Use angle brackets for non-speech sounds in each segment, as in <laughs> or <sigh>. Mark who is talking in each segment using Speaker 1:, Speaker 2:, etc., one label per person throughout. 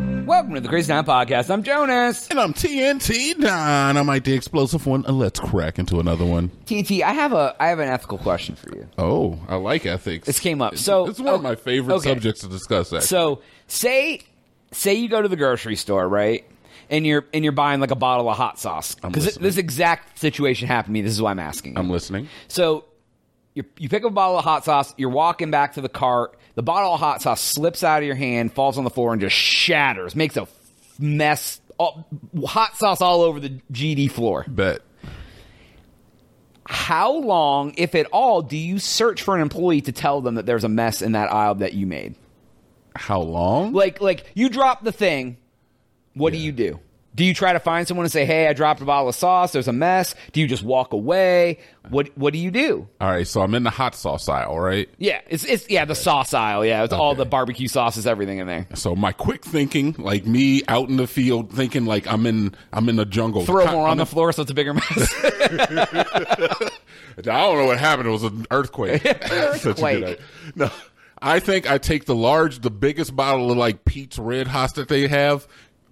Speaker 1: the Crazy Town Podcast. I'm Jonas.
Speaker 2: And I'm TNT Don. I'm like the explosive one. Uh, Let's crack into another one.
Speaker 1: TT, I have a I have an ethical question for you.
Speaker 2: Oh, I like ethics.
Speaker 1: This came up.
Speaker 2: It's-
Speaker 1: So-
Speaker 2: it's one
Speaker 1: oh,
Speaker 2: of my favorite
Speaker 1: okay.
Speaker 2: subjects to discuss. Actually.
Speaker 1: So say say you go to the grocery store, right? And you're and you're buying like a bottle of hot sauce because
Speaker 2: listening.
Speaker 1: this exact situation happened to me. This is why I'm asking. you.
Speaker 2: I'm listening.
Speaker 1: So you you pick up a bottle of hot sauce. You're walking back to the cart. The bottle of hot sauce slips out of your hand, falls on the floor, and just shatters. Makes a mess. All, hot sauce all over the GD floor.
Speaker 2: Bet
Speaker 1: How long, if at all, do you search for an employee to tell them that there's a mess in that aisle that you made?
Speaker 2: how long?
Speaker 1: Like, like you drop the thing. What do you do? Do you try to find someone and say, "Hey, I dropped a bottle of sauce. There's a mess." Do you just walk away? What What do you do?
Speaker 2: All right, so I'm in the hot sauce aisle, right?
Speaker 1: Yeah, it's it's yeah the sauce aisle. Yeah, it's all
Speaker 2: Okay.
Speaker 1: the barbecue sauces, everything in there.
Speaker 2: So my quick thinking, like me out in the field thinking like I'm in I'm in the jungle.
Speaker 1: Throw
Speaker 2: Con-
Speaker 1: more on
Speaker 2: I'm
Speaker 1: the floor so it's a bigger
Speaker 2: <laughs>
Speaker 1: mess.
Speaker 2: I don't know what happened. It was an earthquake. Such a good
Speaker 1: <laughs> Earthquake.
Speaker 2: idea. No, I think I take the large, the biggest bottle of like Pete's Red Hots that they have,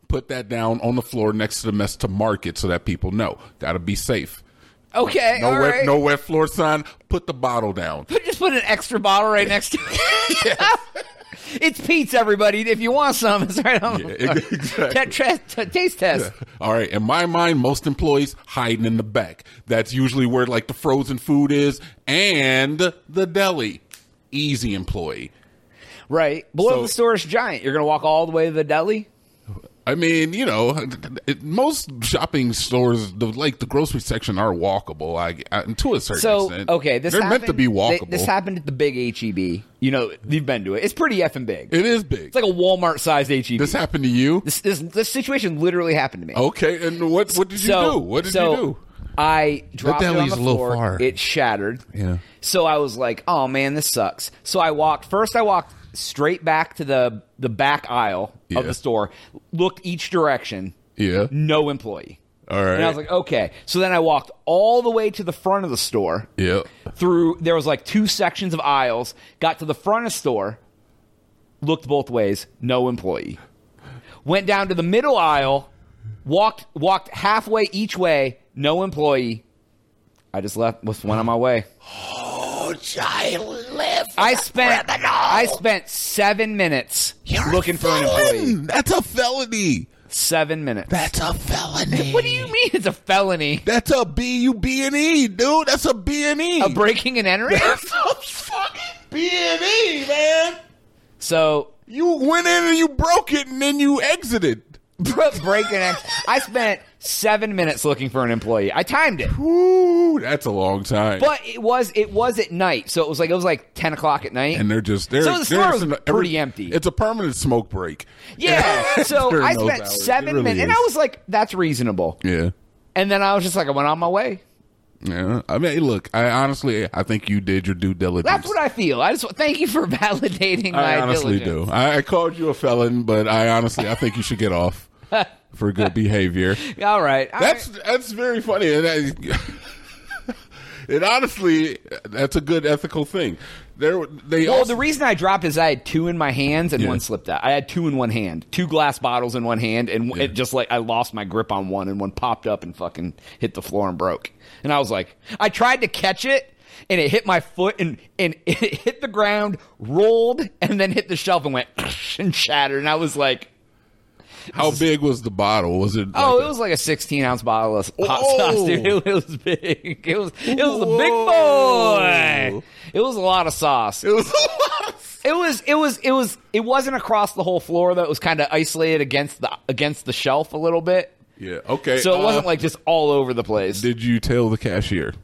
Speaker 2: put that down on the floor next to the mess to mark it so that people know. Gotta be safe.
Speaker 1: okay,
Speaker 2: No
Speaker 1: all
Speaker 2: wet,
Speaker 1: right.
Speaker 2: no wet floor sign. Put the
Speaker 1: <laughs>
Speaker 2: bottle down. E-,
Speaker 1: Just put an extra bottle right next to
Speaker 2: <laughs>
Speaker 1: it. <laughs> it's Pete's, everybody. If you want some, it's right on. the
Speaker 2: Yeah,
Speaker 1: floor.
Speaker 2: e-, exactly.
Speaker 1: T- t- taste test.
Speaker 2: All right. In my mind, most employees hiding in the back. That's usually where like the frozen food is and the deli. Easy employee.
Speaker 1: Right. Below
Speaker 2: So-
Speaker 1: the store is giant. You're gonna walk all the way to the deli.
Speaker 2: I mean, you know, it, most shopping stores, the, like the grocery section, are walkable. I, I to a certain
Speaker 1: So
Speaker 2: extent.
Speaker 1: okay, this
Speaker 2: they're
Speaker 1: happened,
Speaker 2: meant to be
Speaker 1: they-
Speaker 2: walkable.
Speaker 1: this happened at the big HEB. You know, you've been to it. It's pretty effing big.
Speaker 2: it is big.
Speaker 1: it's like a Walmart sized HEB.
Speaker 2: this happened to you.
Speaker 1: this, this this situation literally happened to me.
Speaker 2: okay, and what what did you
Speaker 1: so,
Speaker 2: do? What did
Speaker 1: so
Speaker 2: you do?
Speaker 1: I dropped it on
Speaker 2: deli's
Speaker 1: the
Speaker 2: a little
Speaker 1: floor.
Speaker 2: far.
Speaker 1: It shattered.
Speaker 2: Yeah.
Speaker 1: So I was like, "Oh man, this sucks." So I walked. First, I walked straight back to the the back aisle
Speaker 2: Yeah.
Speaker 1: of the store. Looked each direction.
Speaker 2: Yeah.
Speaker 1: No employee.
Speaker 2: All right.
Speaker 1: And I was like, "Okay." So then I walked all the way to the front of the store.
Speaker 2: yeah.
Speaker 1: Through there was like two sections of aisles. Got to the front of store. Looked both ways. No employee. Went down to the middle aisle. Walked walked halfway each way. No employee. I just left with one on my way.
Speaker 2: Oh, child, left.
Speaker 1: I spent I spent seven minutes looking for an employee.
Speaker 2: That's a felony.
Speaker 1: Seven minutes.
Speaker 2: That's a felony.
Speaker 1: what do you mean it's a felony?
Speaker 2: That's a B U B and E, dude. That's a B and E.
Speaker 1: A breaking and entering?
Speaker 2: B and E, man.
Speaker 1: so
Speaker 2: You went in and you broke it, and then you exited.
Speaker 1: breaking and I spent seven minutes looking for an employee. I timed it.
Speaker 2: Ooh, that's a long time.
Speaker 1: But it was it was at night, so it was like it was like ten o'clock at night.
Speaker 2: and they're just there.
Speaker 1: So the store was pretty empty.
Speaker 2: It's a permanent smoke break. <laughs>
Speaker 1: yeah. So
Speaker 2: During
Speaker 1: I
Speaker 2: those
Speaker 1: spent
Speaker 2: hours,
Speaker 1: seven
Speaker 2: it really
Speaker 1: minutes and
Speaker 2: is.
Speaker 1: I was like, that's reasonable.
Speaker 2: Yeah,
Speaker 1: And then I was just like, I went on my way.
Speaker 2: yeah. I mean, hey, look. I honestly, I think you did your due diligence.
Speaker 1: That's what I feel. I just thank you for <laughs> validating my
Speaker 2: I honestly
Speaker 1: diligence.
Speaker 2: do. I, I called you a felon, but I honestly, I think you should
Speaker 1: <laughs>
Speaker 2: get off for good behavior.
Speaker 1: All right. All
Speaker 2: That's that's very funny, and I, <laughs> it honestly, that's a good ethical thing. There, they
Speaker 1: Well,
Speaker 2: also,
Speaker 1: the reason I dropped is I had two in my hands and
Speaker 2: Yeah.
Speaker 1: one slipped out. I had two in one hand, two glass bottles in one hand, and w it just like I lost my grip on one, and one popped up and fucking hit the floor and broke. And I was like, I tried to catch it, and it hit my foot, and and <laughs> it hit the ground, rolled, and then hit the shelf and went <laughs> and shattered. And I was like,
Speaker 2: how big was the bottle? Was it?
Speaker 1: Oh,
Speaker 2: like
Speaker 1: it
Speaker 2: a-
Speaker 1: was like a 16 ounce bottle of hot
Speaker 2: Whoa.
Speaker 1: sauce, dude. <laughs> It, was big. It was it was a big
Speaker 2: Whoa.
Speaker 1: boy. It was a lot of sauce.
Speaker 2: It was a lot. Of
Speaker 1: It was it was it was it wasn't across the whole floor though. It was kind of isolated against the against the shelf a little bit.
Speaker 2: <laughs> Yeah. Okay.
Speaker 1: So it
Speaker 2: uh,
Speaker 1: wasn't like just all over the place.
Speaker 2: Did you tell the cashier?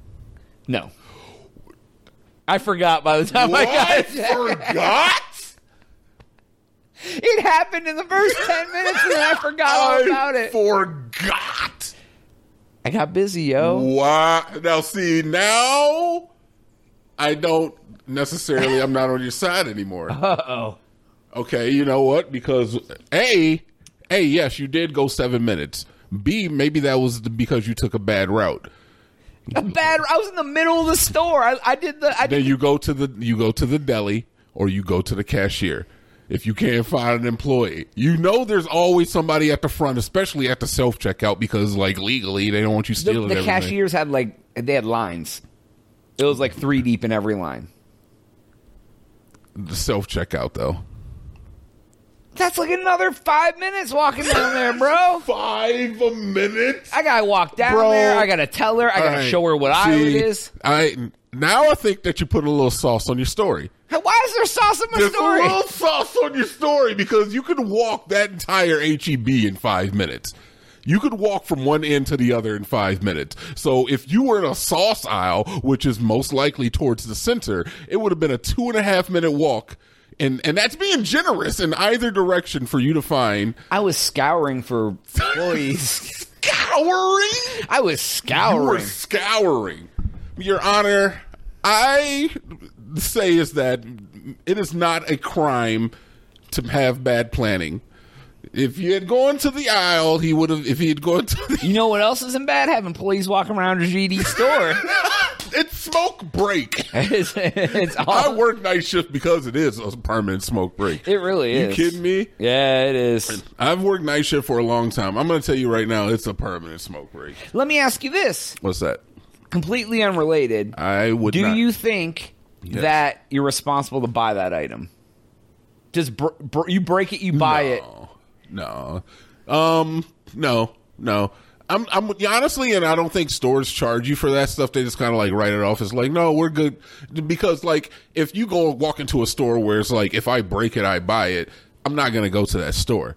Speaker 1: no. I forgot by the
Speaker 2: Oh
Speaker 1: time <laughs> I got it.
Speaker 2: forgot.
Speaker 1: It happened in the
Speaker 2: <laughs>
Speaker 1: first 10 minutes and <laughs> I forgot all about it.
Speaker 2: forgot.
Speaker 1: I got busy, yo.
Speaker 2: Why? Now see now, I don't necessarily. I'm not on your side anymore.
Speaker 1: Uh-oh.
Speaker 2: Okay, you know what? Because a, a yes, you did go seven minutes. B, maybe that was the, because you took a bad route.
Speaker 1: A bad I was in the middle of the
Speaker 2: <laughs>
Speaker 1: store. I, I did the I did
Speaker 2: Then you go to the you go to the deli or you go to the cashier. if you can't find an employee. You know there's always somebody at the front, especially at the self checkout, because like legally they don't want you
Speaker 1: The,
Speaker 2: stealing
Speaker 1: the
Speaker 2: everything.
Speaker 1: cashiers had like they had lines. It was like three deep in every line.
Speaker 2: The self checkout though.
Speaker 1: That's like another five minutes walking down there, bro.
Speaker 2: Five minutes.
Speaker 1: I gotta walk down
Speaker 2: Bro.
Speaker 1: there. I gotta tell her. I gotta show her what aisle it is.
Speaker 2: I now I think that you put a little sauce on your story.
Speaker 1: Why is there sauce in my
Speaker 2: There's
Speaker 1: story?
Speaker 2: a little sauce on your story because you could walk that entire HEB in five minutes. You could walk from one end to the other in five minutes. So if you were in a sauce aisle, which is most likely towards the center, it would have been a two and a half minute walk. And, and that's being generous in either direction for you to find
Speaker 1: I was scouring for
Speaker 2: <laughs>
Speaker 1: employees.
Speaker 2: scouring.
Speaker 1: I was
Speaker 2: You were
Speaker 1: scouring.
Speaker 2: scouring. Your Honor, I say is that it is not a crime to have bad planning. If you had gone to the aisle, he would have. If he had gone to the, <laughs>
Speaker 1: You know what else isn't bad? Having police walking around your GD store.
Speaker 2: it's smoke break.
Speaker 1: it's, it's
Speaker 2: I
Speaker 1: all,
Speaker 2: work night shift because it is a permanent smoke break.
Speaker 1: Uh-huh. it really
Speaker 2: you
Speaker 1: is.
Speaker 2: kidding me?
Speaker 1: Yeah, it is.
Speaker 2: I've worked night shift for a long time. I'm going to tell you right now, it's a permanent smoke break.
Speaker 1: Let me ask you this,
Speaker 2: What's that?
Speaker 1: completely unrelated.
Speaker 2: I would.
Speaker 1: Do
Speaker 2: not-
Speaker 1: you think
Speaker 2: Yes.
Speaker 1: that you're responsible to buy that item? Just br- br- you break it, you buy it.
Speaker 2: No. No. Um. No. No. I'm. I'm honestly, and I don't think stores charge you for that stuff. They just kind of like write it off as like, no, we're good, because like if you go walk into a store where it's like, if I break it, I buy it. I'm not gonna go to that store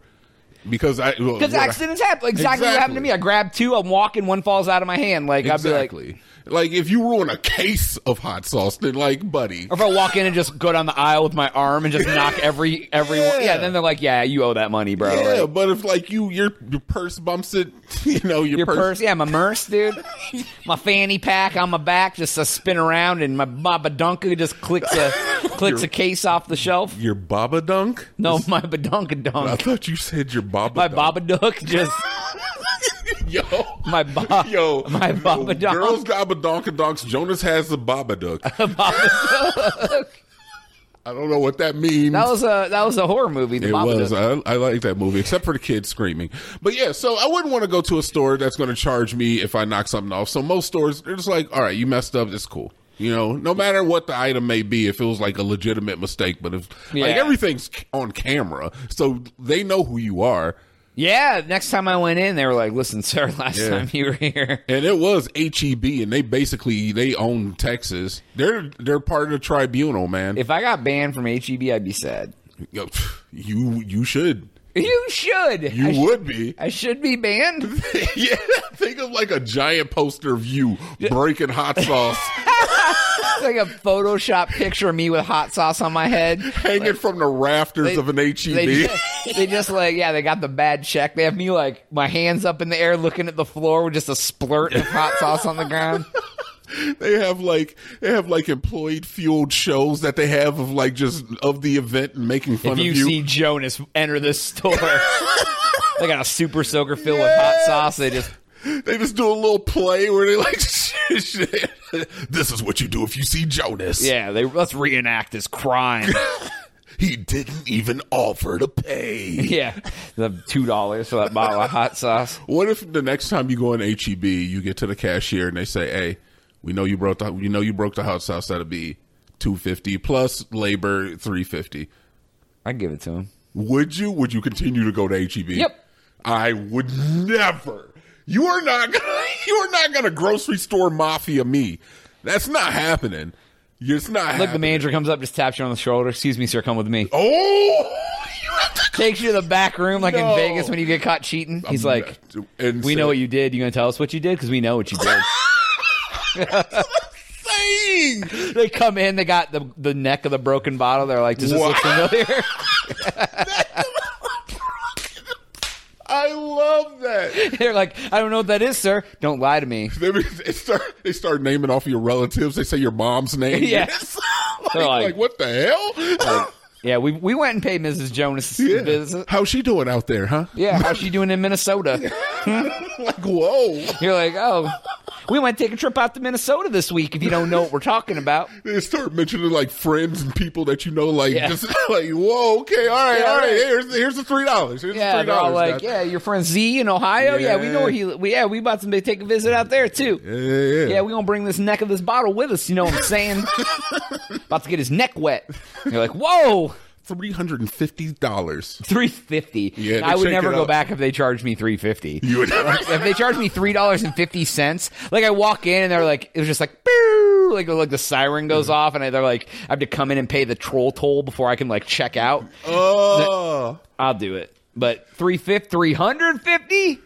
Speaker 2: because I
Speaker 1: Because accidents happen. Exactly, what happened to
Speaker 2: Exactly.
Speaker 1: me. I grabbed two, I'm walking, one falls out of my hand. Like I'd be like,
Speaker 2: Exactly. Like, if you ruin a case of hot sauce, then like, buddy,
Speaker 1: or if I walk in and just go down the aisle with my arm and just knock every every yeah.
Speaker 2: Yeah.
Speaker 1: Then they're like, yeah, you owe that money, bro.
Speaker 2: yeah.
Speaker 1: Like,
Speaker 2: But if like you your your purse bumps it, <laughs> you know your,
Speaker 1: your purse, yeah, my merce,
Speaker 2: <laughs>
Speaker 1: dude. my fanny pack on my back just to spin around, and my my badunka just clicks
Speaker 2: <laughs>
Speaker 1: a clicks a case off the shelf.
Speaker 2: your baba dunk.
Speaker 1: No, my badunka
Speaker 2: I
Speaker 1: dunk.
Speaker 2: thought you said your baba.
Speaker 1: <laughs> My
Speaker 2: dunk.
Speaker 1: babadook just
Speaker 2: <laughs> Yo.
Speaker 1: my ba-
Speaker 2: Yo.
Speaker 1: my baba dunk.
Speaker 2: Girls gaba donks. Jonas has the baba duck. I don't know what that means.
Speaker 1: That was a that was a horror movie. The
Speaker 2: it
Speaker 1: Babadook.
Speaker 2: was. I, I like that movie, except for the kids screaming. But yeah, so I wouldn't want to go to a store that's going to charge me if I knock something off. So most stores, they're just like, all right, you messed up. It's cool. You know, no matter what the item may be, if it was like a legitimate mistake, but if
Speaker 1: Yeah.
Speaker 2: like everything's on camera, so they know who you are.
Speaker 1: Yeah, next time I went in, they were like, "Listen, sir, <laughs> last
Speaker 2: Yeah.
Speaker 1: time you were here."
Speaker 2: And it was HEB, and they basically they own Texas. They're they're part of the tribunal, man.
Speaker 1: If I got banned from HEB, I'd be sad.
Speaker 2: Yo, pff, you you should
Speaker 1: You should.
Speaker 2: you
Speaker 1: I sh-
Speaker 2: would be. <laughs>
Speaker 1: I should be banned.
Speaker 2: yeah, think of like a giant poster of you
Speaker 1: <laughs>
Speaker 2: breaking hot sauce,
Speaker 1: It's like a Photoshop picture of me with hot sauce on my
Speaker 2: <laughs>
Speaker 1: head.
Speaker 2: hanging from the rafters
Speaker 1: They-
Speaker 2: of an E
Speaker 1: They
Speaker 2: HEB.
Speaker 1: just, they just like yeah, they got the bad check. They have me like my hands up in the air, looking at the floor with just a splurt of
Speaker 2: <laughs>
Speaker 1: hot sauce on the ground.
Speaker 2: they
Speaker 1: <laughs>
Speaker 2: have like they have like employed fueled shows that they have of like just of the event and making fun
Speaker 1: If you
Speaker 2: of you.
Speaker 1: see Jonas enter this
Speaker 2: <laughs>
Speaker 1: store, they got a super soaker filled with hot sauce. They just
Speaker 2: they just do a little play where they like, <laughs> this is what you do if you see Jonas.
Speaker 1: yeah, they let's reenact this crime.
Speaker 2: He didn't even offer to
Speaker 1: <laughs>
Speaker 2: pay.
Speaker 1: Yeah, the two dollars for that bottle of hot sauce.
Speaker 2: what if the next time you go in HEB, you get to the cashier and they say, "Hey, we know you broke the you know you broke the hot sauce. That'll be two fifty plus labor three fifty.
Speaker 1: I give it to him.
Speaker 2: Would you? Would you continue to go to HEB?
Speaker 1: Yep.
Speaker 2: I would never. You are not. Gonna, <laughs> you are not going to grocery store mafia me. That's not happening. It's
Speaker 1: Look,
Speaker 2: not.
Speaker 1: the
Speaker 2: happening.
Speaker 1: manager comes up, just taps you on the shoulder. Excuse me, sir. Come with me.
Speaker 2: Oh, <laughs> you have to
Speaker 1: Takes you to the back room, like
Speaker 2: No.
Speaker 1: in Vegas when you get caught cheating. He's like, "We know what you did. You gonna tell us what you did? Because we know what you did." <laughs>
Speaker 2: saying.
Speaker 1: they come in, they got the the neck of the broken bottle. They're like, "Does this look
Speaker 2: Wow.
Speaker 1: familiar?" <laughs>
Speaker 2: I love that.
Speaker 1: They're like, "I don't know what that is, sir. Don't lie to me."
Speaker 2: They, they start they start naming off your relatives. They say your mom's name. <laughs>
Speaker 1: Yeah.
Speaker 2: like,
Speaker 1: They're like-
Speaker 2: like, what the hell?
Speaker 1: Yeah, we we went and paid Mrs. Jonas
Speaker 2: Yeah.
Speaker 1: visit.
Speaker 2: How's she doing out there, huh?
Speaker 1: <laughs> Yeah, how's she doing in Minnesota?
Speaker 2: <laughs> Like, whoa.
Speaker 1: You're like, oh, We might take a trip out to Minnesota this week if you don't know what we're talking about.
Speaker 2: They start mentioning like friends and people that you know, like
Speaker 1: Yeah.
Speaker 2: just <laughs> like whoa, okay, all right,
Speaker 1: Yeah,
Speaker 2: all right.
Speaker 1: right.
Speaker 2: Here's here's the three dollars. Here's
Speaker 1: Yeah,
Speaker 2: the three
Speaker 1: they're all
Speaker 2: dollars.
Speaker 1: like, yeah, your friend Z in Ohio. Yeah, we know where he. We, yeah, we about to take a visit out there too.
Speaker 2: yeah, yeah,
Speaker 1: Yeah, we gonna bring this neck of this bottle with us. You know what I'm
Speaker 2: <laughs>
Speaker 1: saying? About to get his neck wet. And you're like, whoa,
Speaker 2: three hundred and
Speaker 1: <laughs>
Speaker 2: fifty dollars.
Speaker 1: three fifty.
Speaker 2: Yeah,
Speaker 1: I would
Speaker 2: check
Speaker 1: never
Speaker 2: it
Speaker 1: go
Speaker 2: out.
Speaker 1: back if they charged me three fifty.
Speaker 2: You <laughs> would.
Speaker 1: <laughs> if they charged me three dollars and fifty cents, like I walk in and they're like, it was just like, "Pew," like like the siren goes
Speaker 2: Mm-hmm.
Speaker 1: off and I, they're like, I have to come in and pay the troll toll before I can like check out.
Speaker 2: Oh,
Speaker 1: I'll do it, but three fifty, three hundred fifty.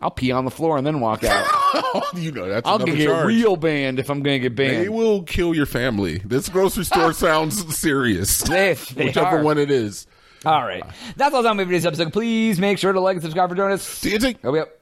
Speaker 1: I'll pee on the floor and then walk out.
Speaker 2: <laughs> Oh, you know that's
Speaker 1: I'll
Speaker 2: another
Speaker 1: get
Speaker 2: charge.
Speaker 1: real banned if I'm gonna get
Speaker 2: They
Speaker 1: banned.
Speaker 2: will kill your family. This
Speaker 1: <laughs>
Speaker 2: grocery store sounds serious.
Speaker 1: They- they
Speaker 2: Whichever
Speaker 1: are.
Speaker 2: one it is.
Speaker 1: All right, that's all time we have for this episode. Please make sure to like and subscribe for donuts.
Speaker 2: See you, Jake.
Speaker 1: Hurry up.